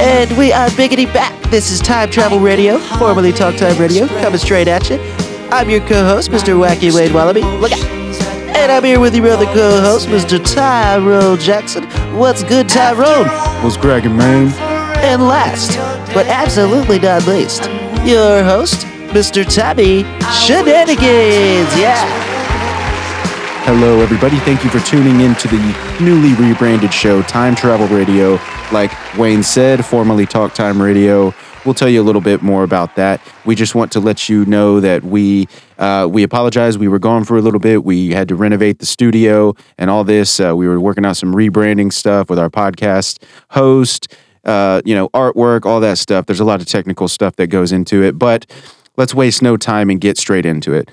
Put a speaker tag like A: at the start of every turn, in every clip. A: And we are biggity back. This is Time Travel Radio, formerly Talk Time Radio, coming straight at you. I'm your co-host, Mr. Wacky Wade Wallaby. Look out. And I'm here with your other co-host, Mr. Tyrone Jackson. What's good, Tyrone?
B: What's cracking, man?
A: And last, but absolutely not least, your host, Mr. Tommy Shenanigans. Yeah.
B: Hello, everybody. Thank you for tuning in to the newly rebranded show, Time Travel Radio. Like Wayne said, formerly Talk Time Radio. We'll tell you a little bit more about that. We just want to let you know that we uh, we apologize. We were gone for a little bit. We had to renovate the studio and all this. Uh, we were working out some rebranding stuff with our podcast host. Uh, you know, artwork, all that stuff. There's a lot of technical stuff that goes into it, but let's waste no time and get straight into it.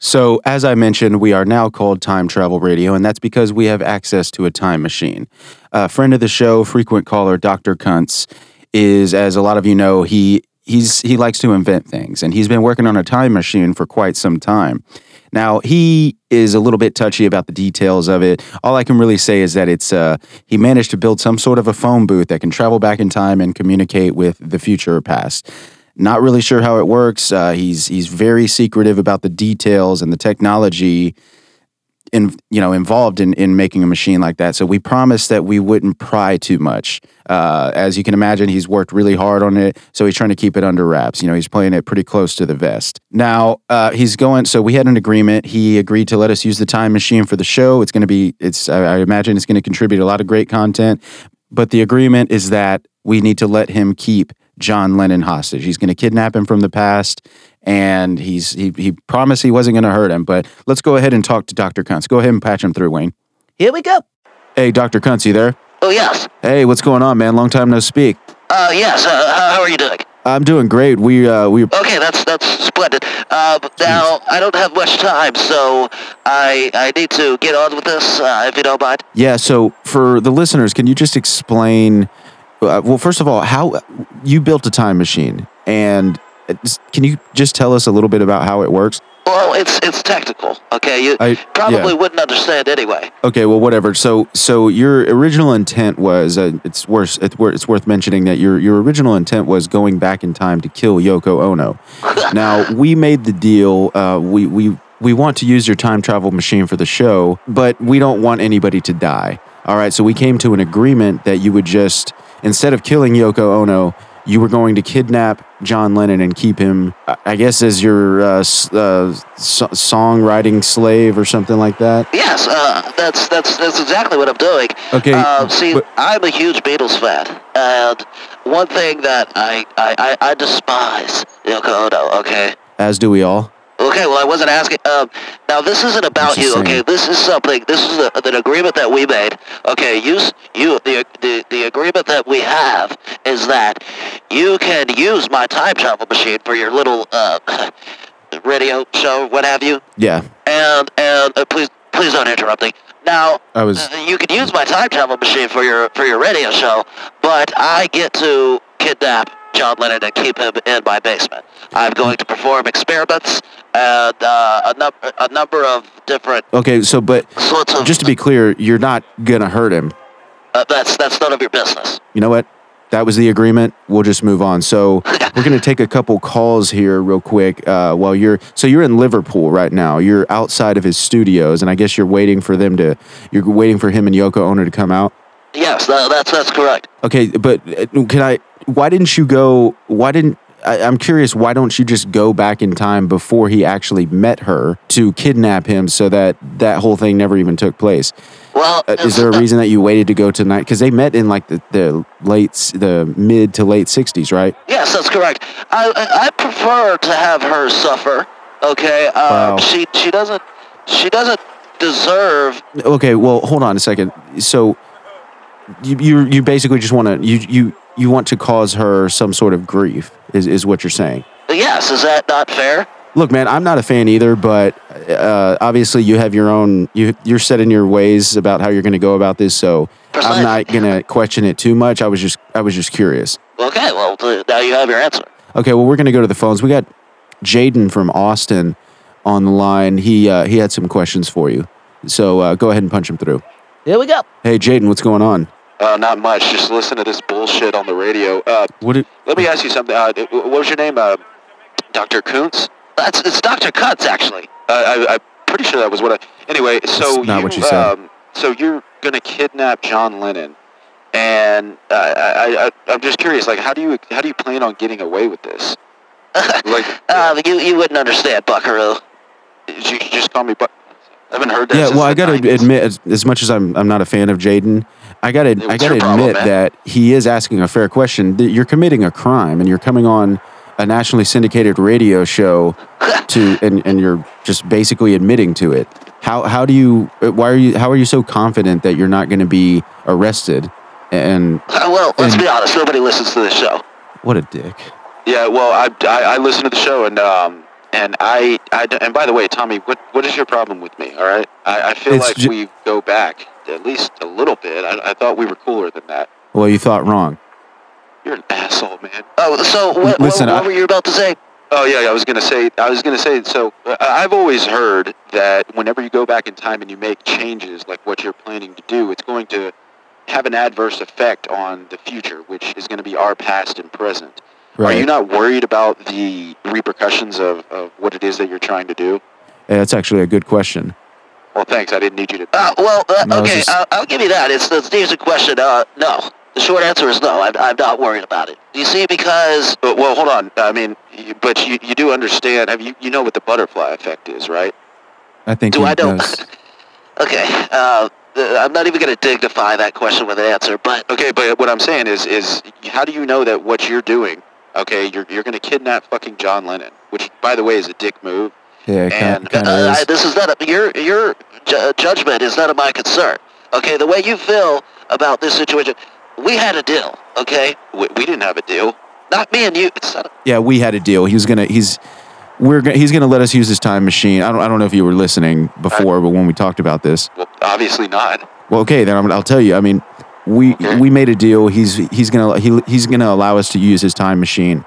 B: So, as I mentioned, we are now called Time Travel Radio, and that's because we have access to a time machine. A friend of the show, frequent caller Dr. Kuntz, is, as a lot of you know, he he's he likes to invent things, and he's been working on a time machine for quite some time. Now he is a little bit touchy about the details of it. All I can really say is that it's uh, he managed to build some sort of a phone booth that can travel back in time and communicate with the future or past. Not really sure how it works. Uh, he's he's very secretive about the details and the technology, in you know involved in in making a machine like that. So we promised that we wouldn't pry too much. Uh, as you can imagine, he's worked really hard on it, so he's trying to keep it under wraps. You know, he's playing it pretty close to the vest. Now uh, he's going. So we had an agreement. He agreed to let us use the time machine for the show. It's going to be. It's I, I imagine it's going to contribute a lot of great content. But the agreement is that we need to let him keep John Lennon hostage. He's going to kidnap him from the past, and he's he, he promised he wasn't going to hurt him. But let's go ahead and talk to Doctor Kuntz. Go ahead and patch him through, Wayne.
A: Here we go.
B: Hey, Doctor Kuntz, you there?
C: Oh, yes.
B: Hey, what's going on, man? Long time no speak.
C: Uh, yes. Uh, how, how are you doing?
B: I'm doing great. We uh we
C: Okay, that's that's splendid. Uh, now, I don't have much time, so I I need to get on with this, uh, if you don't mind.
B: yeah. So for the listeners, can you just explain? Uh, well, first of all, how you built a time machine, and it's- can you just tell us a little bit about how it works?
C: Well, it's it's technical, okay? You
B: I-
C: probably
B: yeah.
C: wouldn't understand anyway.
B: Okay, well, whatever. So, so your original intent was uh, it's worth it's worth it's worth mentioning that your your original intent was going back in time to kill Yoko Ono. now we made the deal. Uh, we we we want to use your time travel machine for the show, but we don't want anybody to die. All right, so we came to an agreement that you would just instead of killing Yoko Ono. You were going to kidnap John Lennon and keep him, I- I guess, as your uh, s- uh, so- songwriting slave or something like that.
C: Yes, uh, that's that's that's exactly what I'm doing.
B: Okay,
C: Uh, see,
B: but-
C: I'm a huge Beatles fan, and one thing that I I, I, I despise Yoko Ono. Okay.
B: as do we all.
C: Okay, well, I wasn't asking. Um, now, this isn't about
B: just
C: you,
B: saying.
C: okay? This is something. This is a, an agreement that we made. Okay, you, s- you, the, the, the agreement that we have is that you can use my time travel machine for your little uh, radio show, what have you.
B: Yeah,
C: And and uh, please, please don't interrupt me. Now,
B: I was-
C: uh, you can use my time travel machine for your for your radio show, but I get to kidnap John Lennon and keep him in my basement. I'm going to perform experiments and uh, a number a number of different
B: Okay, so but
C: sorts of.
B: just to be clear, you're not gonna hurt him.
C: uh, that's that's none of your business.
B: You know what? That was the agreement. We'll just move on. So we're gonna take a couple calls here real quick. Uh, while you're so you're in Liverpool right now. You're outside of his studios, and I guess you're waiting for them to. You're waiting for him and Yoko Ono to come out.
C: Yes, tha- that's that's correct.
B: Okay, but uh, can I? Why didn't you go? Why didn't? I, I'm curious. Why don't you just go back in time before he actually met her to kidnap him, so that that whole thing never even took place?
C: Well,
B: Uh, is there a reason that you waited to go tonight? Because they met in like the, the late, s- the mid to late '60s, right?
C: Yes, that's correct. I I I prefer to have her suffer. Okay. Um,
B: Wow.
C: She she doesn't she doesn't deserve.
B: Okay, well, hold on a second. So, you you, you basically just want to you you you want to cause her some sort of grief, is is what you're saying?
C: Yes, is that not fair?
B: Look, man, I'm not a fan either, but uh, obviously you have your own you you're set in your ways about how you're going to go about this, so I'm not going to question it too much. I was just I was just curious.
C: Okay. Well, th- now you have your answer.
B: Okay, well, we're going to go to the phones. We got Jaden from Austin on the line. He uh, he had some questions for you, so uh, go ahead and punch him through.
A: Here we go.
B: Hey, Jaden, what's going on?
D: Uh, not much. Just listen to this bullshit on the radio. Uh,
B: What it,
D: let me ask you something. Uh, wh- what was your name? Uh, Dr. Kuntz? That's it's Dr. Kutz actually. Uh, I, I'm pretty sure that was what I. Anyway, so
B: That's not what you said.
D: um, so you're gonna kidnap John Lennon, and uh, I, I, I, I'm just curious. Like, how do you how do you plan on getting away with this? like,
C: Uh, you, you wouldn't understand, Buckaroo.
D: you could just call me. But I haven't heard that.
B: yeah,
D: since
B: well, I
D: the
B: gotta
D: 90s.
B: admit, as, as much as I'm, I'm not a fan of Jaden, I gotta, I
D: it's
B: gotta
D: your
B: admit
D: problem, man.
B: that he is asking a fair question. That You're committing a crime, and you're coming on a nationally syndicated radio show to, and, and you're just basically admitting to it. How, how do you? Why are you? How are you so confident that you're not going to be arrested? And
D: Uh, well, let's
B: and-
D: be honest. Nobody listens to this show.
B: what a dick.
D: Yeah, well, I, I, I listen to the show and um and I, I d- and by the way, Tommy, what what is your problem with me? All right, I, I feel
B: It's
D: like
B: ju-
D: we go back at least a little bit. I, I thought we were cooler than that.
B: Well, you thought wrong.
D: You're an asshole, man.
C: Oh, so what,
B: Listen,
C: what, what
B: I-
C: were you about to say?
D: Oh yeah, yeah, I was gonna say, I was gonna say. So uh, I've always heard that whenever you go back in time and you make changes, like what you're planning to do, it's going to have an adverse effect on the future, which is going to be our past and present.
B: Right.
D: Are you not worried about the repercussions of, of what it is that you're trying to do?
B: Yeah, that's actually a good question.
D: Well, thanks. I didn't need you to.
C: Uh, well, uh,
B: No, it's
C: okay,
B: just-
C: I'll, I'll give you that. It's, it's a decent question. Uh, no. The short answer is no. I'm, I'm not worried about it. You see, because
D: But, Uh, well, hold on. I mean, you, but you, you do understand. Have you you know what the butterfly effect is, right?
B: I think.
C: Do
B: he
C: I don't-
B: does.
C: okay, uh, th- I'm not even going to dignify that question with an answer, but
D: Okay, but what I'm saying is is how do you know that what you're doing? Okay, you're you're gonna kidnap fucking John Lennon, which by the way is a dick move.
B: Yeah, kind
D: And,
B: of
C: uh, I,
B: is.
C: this is not a, your your ju- uh, judgment is none of my concern. Okay, the way you feel about this situation, we had a deal. Okay,
D: We, we didn't have a deal.
C: not me and you. It's not
B: Yeah, we had a deal. He was gonna. He's. We're. go- He's gonna let us use his time machine. I don't. I don't know if you were listening before, but when we talked about this,
D: Well, obviously not.
B: well, okay, then I'm, I'll tell you. I mean, we
D: Okay.
B: we made a deal. He's he's gonna he, he's gonna allow us to use his time machine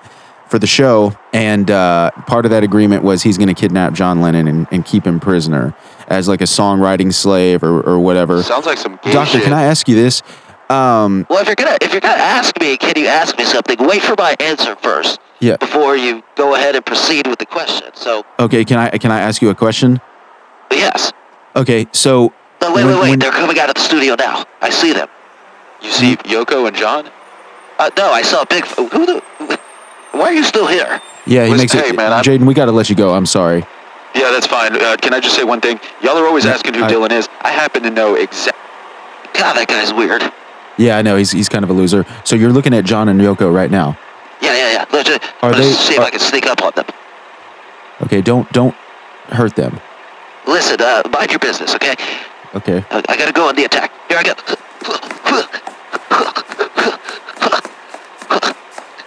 B: for the show, and uh, part of that agreement was he's gonna kidnap John Lennon and, and keep him prisoner as like a songwriting slave or or whatever.
D: Sounds like some gay
B: Doctor,
D: shit.
B: can I ask you this? Um,
C: Well, if you're gonna if you're gonna ask me, can you ask me something? Wait for my answer first
B: yeah.
C: before you go ahead and proceed with the question. So
B: Okay. Can I can I ask you a question?
C: yes,
B: Okay. So
C: but
B: When-
C: wait, wait, wait.
B: when-
C: They're coming out of the studio now. I see them.
D: You see Yoko and John?
C: Uh, no, I saw Big. Who the? Why are you still here?
B: yeah, he
D: Listen,
B: makes
D: hey,
B: it.
D: man, I'm-
B: Jaden, we gotta let you go. I'm sorry.
D: Yeah, that's fine. Uh, can I just say one thing? Y'all are always asking who
B: I-
D: Dylan is. I happen to know exactly.
C: God, that guy's weird.
B: Yeah, I know he's he's kind of a loser. So you're looking at John and Yoko right now.
C: Yeah, yeah, yeah. Let's, just-
B: Are
C: let's
B: they- uh-
C: see if
B: are-
C: I can sneak up on them.
B: Okay. Don't don't hurt them.
C: Listen, uh, mind your business, okay?
B: Okay.
C: I, I gotta go on the attack. Here I go.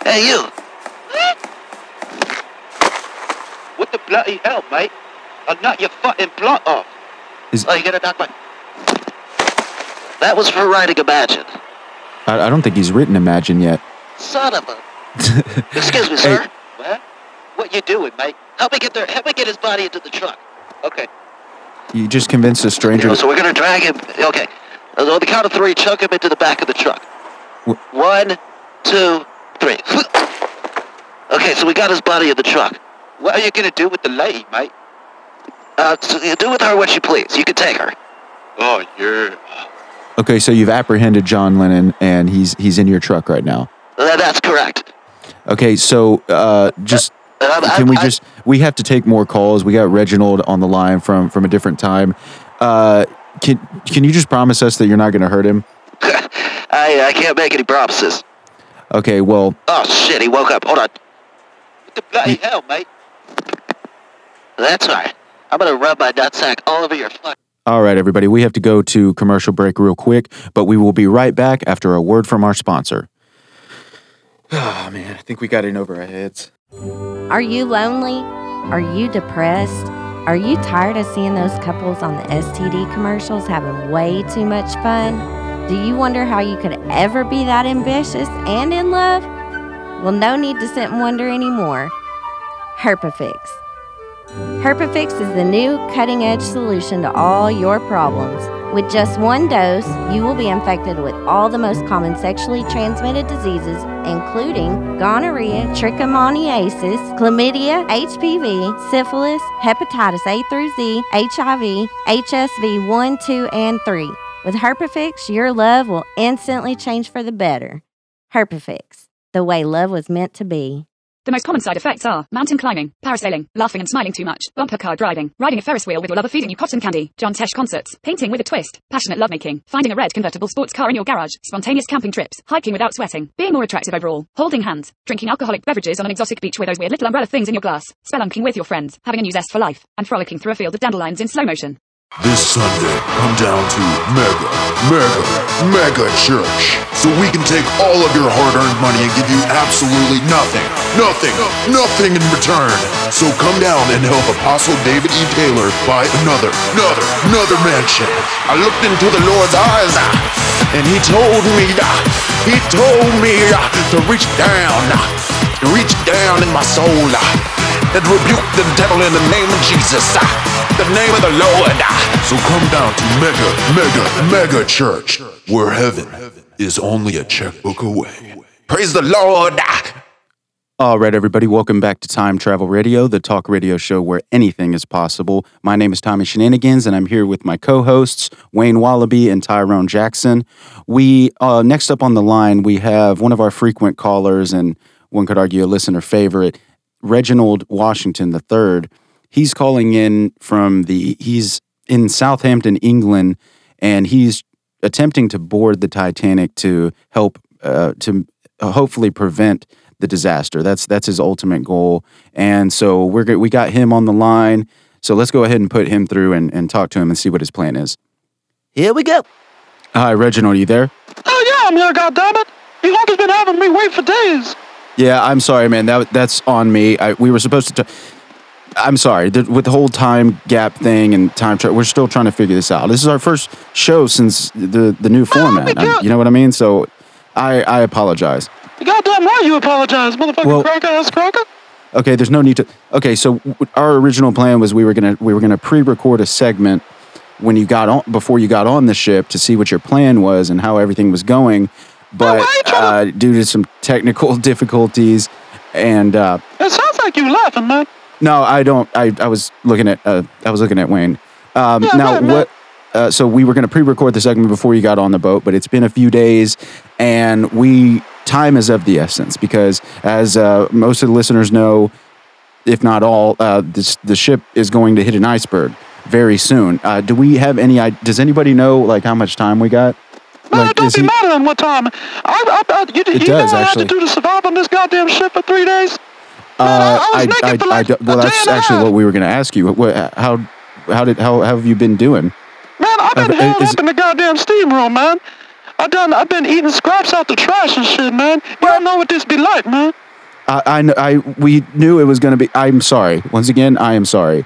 C: Hey, you.
D: What the bloody hell, mate? I'll knock your fucking blunt off.
C: Oh, you gonna knock my. That was for writing Imagine.
B: I, I don't think he's written Imagine yet.
C: Son of a. Excuse
B: Hey.
C: me, sir. What? What you doing, mate? Help me get there. Help me get his body into the truck. Okay.
B: You just convinced a stranger.
C: So we're gonna drag him. Okay. On the count of three, chuck him into the back of the truck.
B: Wh-
C: One, two, three. Okay, so we got his body in the truck.
D: What are you gonna do with the lady, mate?
C: Uh, so you do with her what you please. You can take her.
D: Oh, you're.
B: Okay, so you've apprehended John Lennon, and he's he's in your truck right now.
C: Uh, that's correct.
B: Okay, so uh, just
C: Um, I-
B: can we
C: I-
B: just we have to take more calls. We got Reginald on the line from from a different time. Uh, can can you just promise us that you're not going to hurt him?
C: I, I can't make any promises.
B: Okay, well,
C: Oh shit, he woke up. Hold on.
D: What the bloody hell, mate?
C: That's all right. I'm gonna rub my nutsack all over your fuck.
B: all right, everybody, we have to go to commercial break real quick, but we will be right back after a word from our sponsor. Ah, man, I think we got in over our heads.
E: Are you lonely? Are you depressed? Are you tired of seeing those couples on the STD commercials having way too much fun? Do you wonder how you could ever be that ambitious and in love? Well, no need to sit and wonder anymore. Herpafix. Herpafix is the new cutting edge solution to all your problems. With just one dose, you will be infected with all the most common sexually transmitted diseases, including gonorrhea, trichomoniasis, chlamydia, HPV, syphilis, hepatitis A through Z, HIV, HSV 1, 2, and 3. With Herpafix, your love will instantly change for the better. Herpafix, the way love was meant to be.
F: The most common side effects are mountain climbing, parasailing, laughing and smiling too much, bumper car driving, riding a Ferris wheel with your lover feeding you cotton candy, John Tesh concerts, painting with a twist, passionate lovemaking, finding a red convertible sports car in your garage, spontaneous camping trips, hiking without sweating, being more attractive overall, holding hands, drinking alcoholic beverages on an exotic beach with those weird little umbrella things in your glass, spelunking with your friends, having a new zest for life, and frolicking through a field of dandelions in slow motion.
G: This Sunday, come down to Mega, Mega, Mega Church so we can take all of your hard earned money and give you absolutely nothing, nothing, nothing in return. So come down and help Apostle David E. Taylor buy another, another, another mansion. I looked into the Lord's eyes ah, and He told me, ah, He told me ah, to reach down, ah, to reach down in my soul. ah, and rebuke the devil in the name of Jesus, ah, the name of the Lord. ah. So come down to Mega, Mega, Mega Church where heaven is only a checkbook away. Praise the Lord. ah.
B: All right, everybody, welcome back to Time Travel Radio, the talk radio show where anything is possible. My name is Tommy Shenanigans, and I'm here with my co hosts, Wayne Wallaby and Tyrone Jackson. We, uh, next up on the line, we have one of our frequent callers, and one could argue a listener favorite, Reginald Washington III. He's calling in from the, he's in Southampton, England, and he's attempting to board the Titanic to help, uh, to hopefully prevent the disaster. That's that's his ultimate goal. And so we're go- we got him on the line. So let's go ahead and put him through and, and talk to him and see what his plan is.
A: Here we go.
B: Hi, Reginald, you there?
C: Oh yeah, I'm here. goddammit. You all have been having me wait for days.
B: Yeah, I'm sorry, man. That that's on me. I, we were supposed to. T- I'm sorry th- with the whole time gap thing and time travel. We're still trying to figure this out. This is our first show since the the new format.
C: Oh, my God.
B: you know what I mean? So, I I apologize.
C: You goddamn right you apologize, motherfucking
B: Well-
C: crack ass cracker.
B: Okay, there's no need to. Okay, so w- our original plan was we were gonna we were gonna pre-record a segment when you got on before you got on the ship to see what your plan was and how everything was going,
C: Oh,
B: but uh, due to some technical difficulties and uh,
C: It sounds like you laughing, man.
B: no, I don't. I, I was looking at uh, I was looking at Wayne. Um, now
C: right, right.
B: what? Uh, so we were going to pre-record the segment before you got on the boat, but it's been a few days, and we time is of the essence because, as uh, most of the listeners know, if not all, uh, this, the ship is going to hit an iceberg very soon. Uh, do we have any? i- Does anybody know like how much time we got?
C: Man,
B: Like,
C: it don't
B: is
C: be
B: he-
C: matter on what time. I, I, I, you you
B: It
C: know
B: does,
C: I had
B: actually.
C: to do to survive on this goddamn ship for three days. Man,
B: Uh,
C: I, I was naked for like
B: don't- well,
C: a day
B: that's
C: and a
B: actually
C: half.
B: what we were going to ask you. What, how, how did how, how have you been doing?
C: Man, I've been
B: I've-
C: held
B: is-
C: up in the goddamn steam room, man. I done. I've been eating scraps out the trash and shit, man. You don't know what this be like, man.
B: I, I, kn- I, we knew it was going to be. I'm sorry. Once again, I am sorry.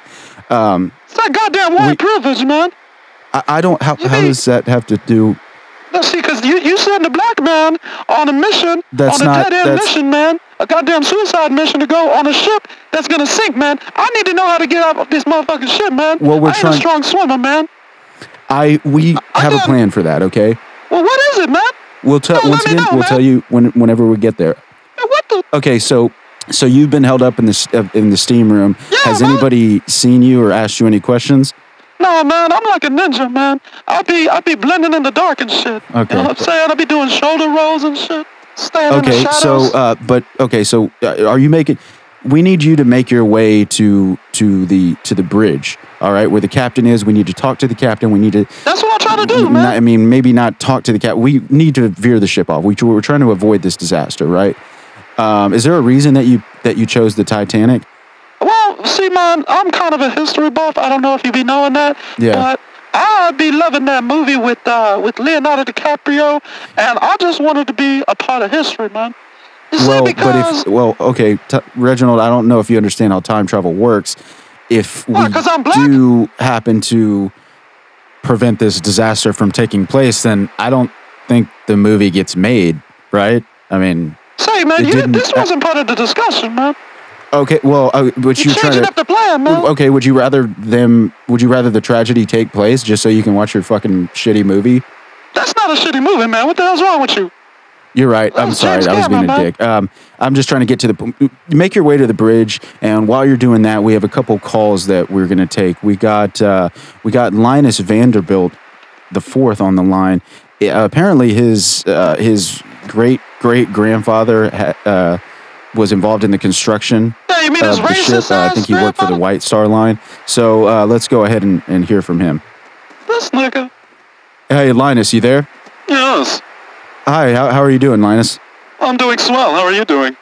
B: Um,
C: It's that goddamn white privilege, man.
B: I, I don't. How, how
C: mean-
B: does that have to do?
C: No, see, cause you you send a black man on a mission,
B: That's
C: on a
B: not-
C: dead end
B: that's-
C: mission, man, a goddamn suicide mission to go on a ship that's gonna sink, man. I need to know how to get out of this motherfucking ship, man.
B: Well, we're
C: I ain't
B: trying-
C: a strong swimmer, man.
B: I we have a
C: don't-
B: plan for that. Okay,
C: Well, what is it, man?
B: we'll tell.
C: Don't let
B: Once
C: me
B: again,
C: know,
B: we'll
C: man.
B: tell you when whenever we get there.
C: Man, What the?
B: Okay, so so you've been held up in this uh, in the steam room. Has
C: man.
B: anybody seen you or asked you any questions?
C: No, man, I'm like a ninja, man. I be I be blending in the dark and shit.
B: Okay.
C: You know what I'm saying? I be doing shoulder rolls and shit. Staying in
B: Okay,
C: the
B: so
C: shadows.
B: uh, but okay, so uh, are you making? We need you to make your way to to the to the bridge. All right, where the captain is. We need to talk to the captain. We need to
C: That's what I'm trying to do,
B: N- not- I
C: man.
B: mean, maybe not talk to the cat. We need to veer the ship off. We, we're trying to avoid this disaster, right? Um, is there a reason that you that you chose the Titanic?
C: Well, see, man, I'm kind of a history buff. I don't know if you be knowing that.
B: Yeah.
C: But I be loving that movie with uh, with Leonardo DiCaprio, and I just wanted to be a part of history, man. You see,
B: Well, but
C: because
B: if well, okay, t- Reginald, I don't know if you understand how time travel works. If we
C: Why, 'cause I'm black?
B: do happen to prevent this disaster from taking place, then I don't think the movie gets made, right? I mean,
C: say, man,
B: it
C: you,
B: didn't- uh,
C: this wasn't part of the discussion, man.
B: okay, well, uh, but
C: You
B: you're
C: changing
B: trying to
C: up the plan, man.
B: Okay, would you rather them? Would you rather the tragedy take place just so you can watch your fucking shitty movie?
C: That's not a shitty movie, man. What the hell's wrong with you?
B: You're right. I'm
C: James
B: sorry. I was being
C: Cameron,
B: a
C: man.
B: dick. Um, I'm just trying to get to the p- Make your way to the bridge, and while you're doing that, we have a couple calls that we're going to take. We got uh, we got Linus Vanderbilt, the fourth on the line. Uh, apparently, his uh, his great great grandfather ha- uh, was involved in the construction
C: Yeah, you mean
B: of
C: this
B: the ship.
C: racist
B: Uh, I
C: ass
B: think he worked for the
C: grandfather?
B: White Star Line. So uh, let's go ahead and, and hear from him.
C: This nigga.
B: Hey, Linus, you there?
C: Yes.
B: Hi. How, how are you doing, Linus?
C: I'm doing swell. How are you doing?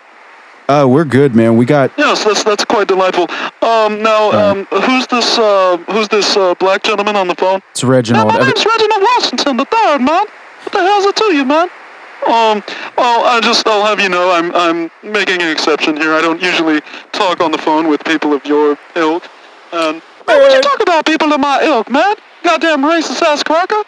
B: Uh, we're good, man. We got
C: Yes, that's that's quite delightful. Um, now, um, who's this? Uh, who's this uh, black gentleman on the phone?
B: it's Reginald.
C: Yeah, my
B: Every-
C: name's Reginald Washington the third, man. What the hell's it to you, man? Um, oh, I just, I'll have you know, I'm, I'm making an exception here. I don't usually talk on the phone with people of your ilk. And, man, what you talk about people of my ilk, man? Goddamn racist ass cracker?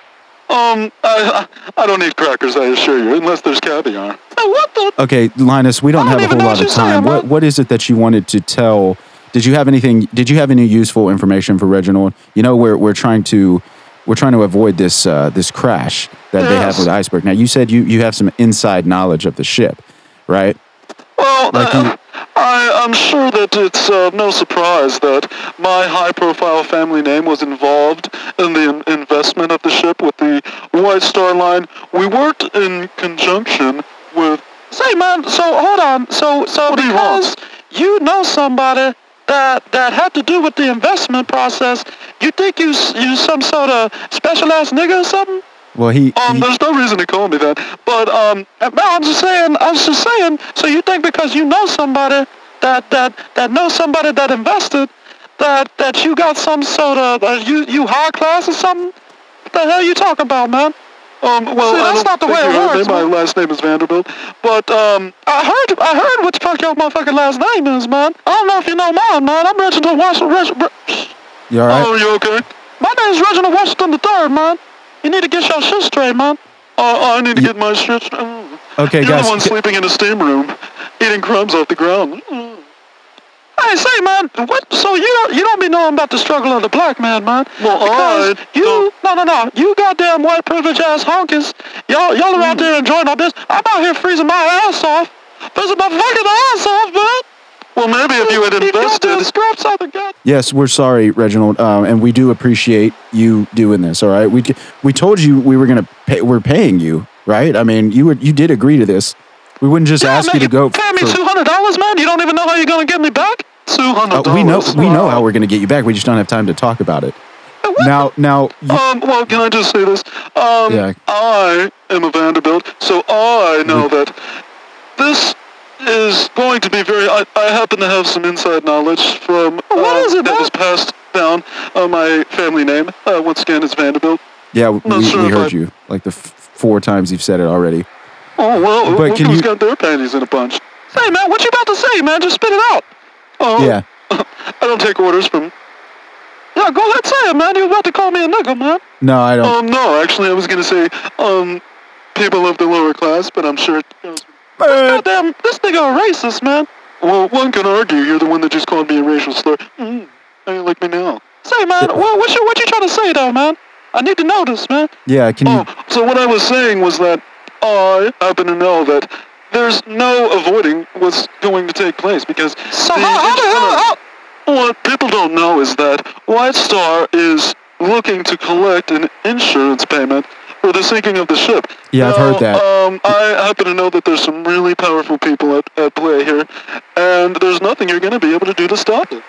C: Um, I, I, I don't eat crackers, I assure you, unless there's caviar. Man, what the?
B: Okay, Linus, we don't
C: I
B: have
C: don't
B: a
C: even
B: whole
C: know
B: lot
C: what
B: of
C: you're saying,
B: time. What
C: bro.
B: what is it that you wanted to tell? Did you have anything? Did you have any useful information for Reginald? You know, we're we're trying to we're trying to avoid this uh, this crash that they have
C: Yes.
B: with the iceberg. Now, you said you you have some inside knowledge of the ship, right?
C: Well,
B: Like
C: uh, I, I'm sure that it's uh, no surprise that my high-profile family name was involved in the in- investment of the ship with the White Star Line. We worked in conjunction with. Say, man. So hold on. So so because you know somebody that that had to do with the investment process, you think you s- you some sort of specialized nigga or something?
B: Well, he,
C: Um,
B: he-
C: there's no reason to call me that. But um, no, I'm just saying. I was just saying. So you think because you know somebody that that that knows somebody that invested, that that you got some sort of uh, you you high class or something? What the hell you talking about, man? Um, well,
D: I don't
C: that's not the
D: think
C: way
D: you
C: it
D: heard me.
C: works.
D: My
C: last name is Vanderbilt. But um, I heard I heard what the fuck your motherfucking last name is, man. I don't know if you know mine, man. I'm Reginald Washington. Reg-
B: you all right?
C: Oh, you okay? My name's Reginald Washington III, man. You need to get your shit straight, man. Uh, I need to get my shit straight. Mm.
B: Okay,
C: You're
B: guys,
C: the one
B: g-
C: sleeping in a steam room, eating crumbs off the ground. Mm. Hey, say, man, what? So you don't, you don't be knowing about the struggle of the black man, man? Well, because
D: I
C: you, no, no, no, you goddamn white privilege ass honkers, y'all, y'all are out there enjoying all this. I'm out here freezing my ass off, freezing my fucking ass off, man. Well, maybe if you had invested, scraps out the goddamn.
B: Yes, we're sorry, Reginald, um, and we do appreciate you doing this. All right, we d- we told you we were gonna pay. We're paying you, right? I mean, you were, you did agree to this. We wouldn't just ask
C: man,
B: you to go.
C: Pay me
B: for-
C: two hundred dollars, man. You don't even know how you're gonna get me back. Two hundred
B: Uh,
C: dollars.
B: we know we know how we're going to get you back. We just don't have time to talk about it. Now, now, you,
C: Um, well, can I just say this? Um,
B: Yeah.
C: I am a Vanderbilt, so I know
B: Mm-hmm.
C: that this is going to be very. I, I happen to have some inside knowledge from
D: What
C: um,
D: is it,
C: that
D: man?
C: was passed down. Uh, my family name, uh, once again, is Vanderbilt.
B: yeah, we,
C: not
B: we
C: sure if
B: heard
C: I-
B: you like the f- four times you've said it already.
C: Oh well,
B: But
C: look
B: can
C: who's
B: you-
C: got their panties in a bunch? Hey man, what you about to say, man? Just spit it out. Oh,
B: Yeah,
C: I don't take orders from. Yeah, go ahead, say it, man. You're about to call me a nigga, man.
B: no, I don't.
C: Um, no, actually, I was gonna say, um, people of the lower class, but I'm sure. Oh,
B: uh,
C: Goddamn, this nigga a racist, man. Well, one can argue you're the one that just called me a racial slur. Mm, how you like me now? Say, man, what, what you what you trying to say, though, man? I need to know this, man.
B: yeah, can you?
C: Oh, so what I was saying was that I happen to know that there's no avoiding what's going to take place because so
D: how- how the hell- how-
C: what people don't know is that White Star is looking to collect an insurance payment for the sinking of the ship.
B: Yeah, I've
C: Now,
B: heard that.
C: Um, I happen to know that there's some really powerful people at, at play here, and there's nothing you're going to be able to do to stop it.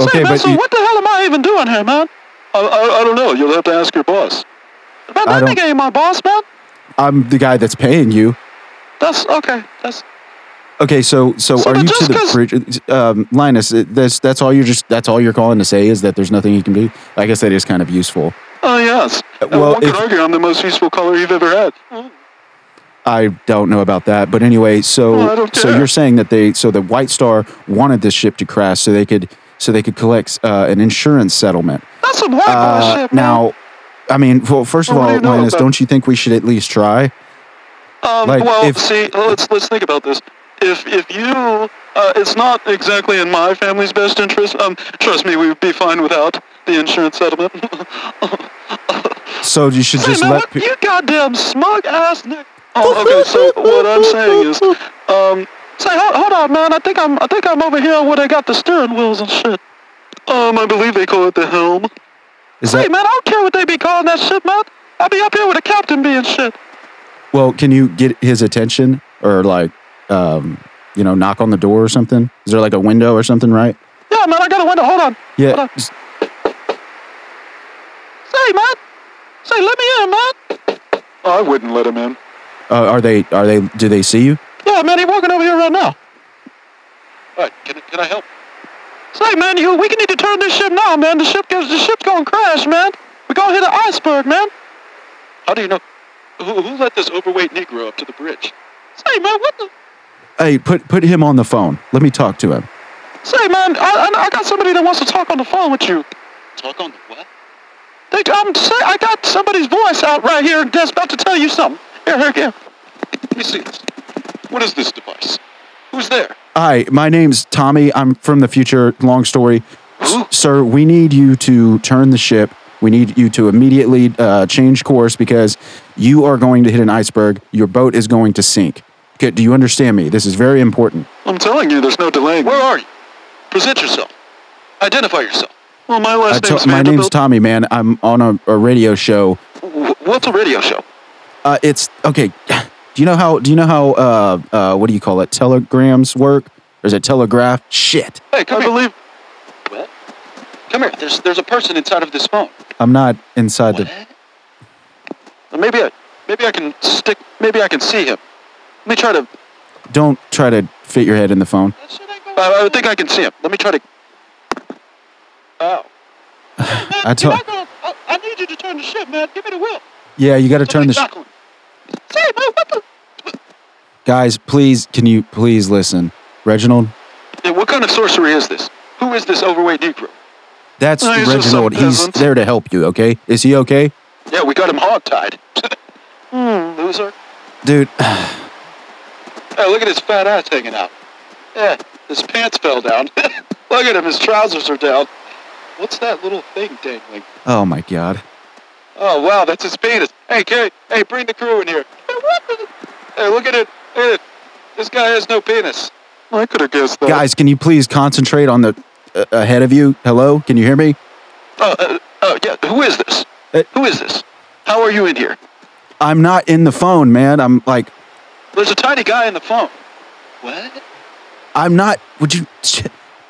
B: Okay,
C: Say, man,
B: but
C: so
B: you-
C: what the hell am I even doing here, man? I, I, I don't know. You'll have to ask your boss. Man,
B: I
C: that
B: don't-
C: nigga ain't my boss, man.
B: I'm the guy that's paying you.
C: That's okay. That's
B: Okay, so so,
C: So
B: are
C: then
B: you to
C: just
B: the
C: 'cause-
B: bridge, um, Linus? it- That's that's all you're just that's all you're calling to say is that there's nothing you can do. I guess that is kind of useful.
C: oh yes.
B: Uh,
C: And
B: well,
C: one could
B: if-
C: argue I'm the most useful color you've ever had.
B: I don't know about that, but anyway, so
C: Well, I don't
B: so
C: care.
B: you're saying that they so the White Star wanted this ship to crash so they could so they could collect uh, an insurance settlement.
C: That's some white
B: Uh,
C: boy shit, man.
B: now, I mean, well, first of
C: Well, what
B: all,
C: do you know
B: Linus,
C: about-
B: don't you think we should at least try?
C: Um,
B: Like,
C: well,
B: if-
C: see, let's let's think about this. If if you, uh, it's not exactly in my family's best interest. Um, trust me, we'd be fine without the insurance settlement.
B: So you should just
C: hey, man,
B: let
C: what-
B: pe-
C: you goddamn smug ass nigga. Oh, okay. So what I'm saying is, um, say hold, hold on, man. I think I'm I think I'm over here where they got the steering wheels and shit. Um, I believe they call it the helm.
B: is
C: Hey,
B: that
C: man, I don't care what they be calling that shit, man. I'll be up here with a captain being shit.
B: well? Can you get his attention or like, um, you know, knock on the door or something? Is there like a window or something? Right?
C: Yeah, man, I got a window. Hold on. Hold
B: Yeah.
C: on. Say, man. Say, let me in, man. I wouldn't let him in.
B: Uh, are they? Are they? Do they see you?
C: Yeah, man, he walking over here right now. All right, can, can I help? Say, man, you, we can need to turn this ship now, man. The ship goes, the ship's gonna crash, man. We're gonna hit an iceberg, man. How do you know? Who, who let this overweight Negro up to the bridge? Say, man, what the?
B: Hey, put put him on the phone. Let me talk to him.
C: Say, man, I, I, I got somebody that wants to talk on the phone with you. Talk on the what? They, um, say, I got somebody's voice out right here that's about to tell you something. Here, here, here. Let me see this. What is this device? Who's there?
B: Hi, my name's Tommy. I'm from the future. Long story. S- Sir, we need you to turn the ship. We need you to immediately uh, change course because you are going to hit an iceberg. Your boat is going to sink. Okay, do you understand me? This is very important.
C: I'm telling you, there's no delaying. Where are you? Present yourself. Identify yourself. Well, my
B: I
C: last
B: to-
C: name's
B: Uh, my name's
C: Vanderbilt.
B: Tommy, man. I'm on a, a radio show.
C: Wh- What's a radio show?
B: Uh, it's okay. Do you know how? Do you know how? Uh, uh, what do you call it? Telegrams work, or is it telegraph? Shit,
C: Hey, come I here. believe. What? Come here. There's there's a person inside of this phone.
B: I'm not inside the.
C: Maybe I maybe I can stick. Maybe I can see him. Let me try to.
B: Don't try to fit your head in the phone.
C: I, I think I can see him. Let me try to. Oh.
B: I told.
C: I, I need you to turn the ship, man. Give me the wheel.
B: Yeah, you got to turn the. Sh-
C: Say, man, what the?
B: Guys, please, can you please listen? Reginald?
C: Yeah, what kind of sorcery is this? Who is this overweight Negro?
B: That's
C: No, he's just
B: Reginald.
C: some
B: He's
C: peasant.
B: there to help you, okay? Is he okay?
C: Yeah, we got him hogtied. hmm, loser.
B: Dude,
C: Hey, look at his fat ass hanging out. Yeah, his pants fell down. look at him, his trousers are down. What's that little thing dangling?
B: oh my god.
C: Oh, wow, that's his penis. Hey, Kay, hey, bring the crew in here. Hey, what the- Hey, look at it. Look at it. This guy has no penis. I could have guessed that.
B: Guys, can you please concentrate on the uh, ahead of you? Hello? Can you hear me?
C: Oh, uh, oh, yeah, who is this?
B: Uh,
C: who is this? How are you in here?
B: I'm not in the phone, man. I'm like
C: There's a tiny guy in the phone. What?
B: I'm not Would you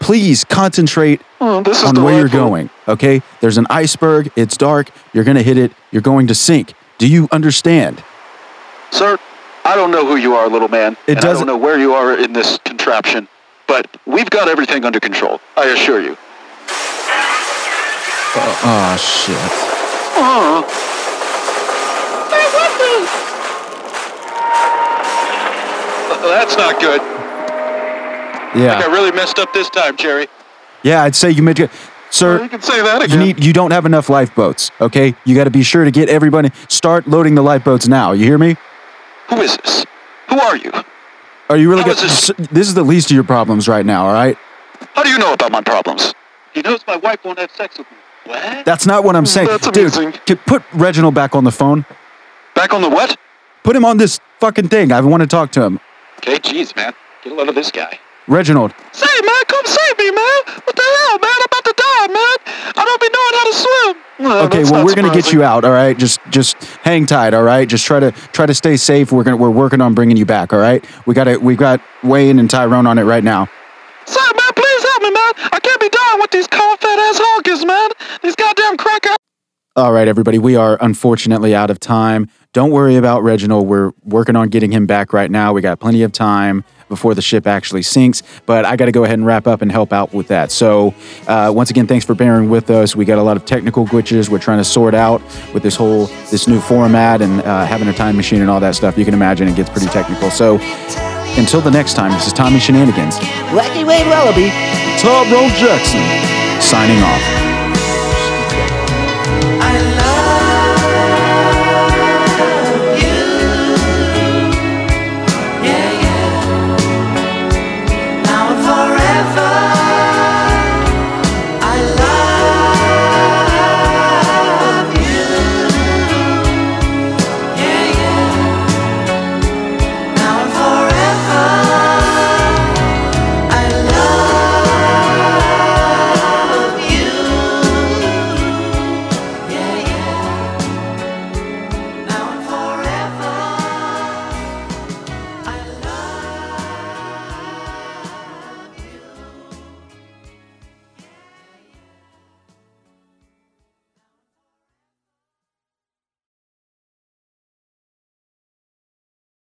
B: please concentrate
C: Oh, this is
B: on where you're
C: delightful.
B: going, okay? There's an iceberg. It's dark. You're going to hit it. You're going to sink. Do you understand?
C: Sir, I don't know who you are, little man.
B: It
C: and I
B: doesn't-
C: don't know where you are in this contraption, but we've got everything under control, I assure you.
B: Oh shit.
C: Uh, That's not good. I
B: Yeah.
C: really messed up this time, Jerry.
B: Yeah, I'd say you made good. Sir,
C: You can say that
B: You
C: again.
B: need you don't have enough lifeboats, okay? You got to be sure to get everybody start loading the lifeboats now. You hear me?
C: who is this? Who are you?
B: Are you really
C: How
B: going
C: is this-
B: this is the least of your problems right now, all right?
C: How do you know about my problems? He knows my wife won't have sex with me. What?
B: That's not what I'm saying.
C: Mm, That's
B: Dude,
C: amazing.
B: c- put Reginald back on the phone.
C: Back on the what?
B: Put him on this fucking thing. I want to talk to him.
C: Okay, jeez, man. Get a load of this guy.
B: Reginald,
C: Say, man, come save me, man. What the hell, man? I'm about to die, man. I don't be knowing how to swim.
B: okay, well we're going to get you out, all right? Just just hang tight, all right? Just try to try to stay safe. We're going to we're working on bringing you back, all right? We got to we got Wayne and Tyrone on it right now.
C: Sir, man, please help me, man. I can't be dying with these cold fat ass honkies, man. These goddamn cracker.
B: All right, everybody, we are unfortunately out of time. Don't worry about Reginald. We're working on getting him back right now. We got plenty of time before the ship actually sinks, but I got to go ahead and wrap up and help out with that. So, uh, once again, thanks for bearing with us. We got a lot of technical glitches we're trying to sort out with this whole this new format and uh, having a time machine and all that stuff. You can imagine it gets pretty technical. So, until the next time, this is Tommy Shenanigans,
A: Wacky Wade Wallaby.
B: Tyrone Jackson, signing off.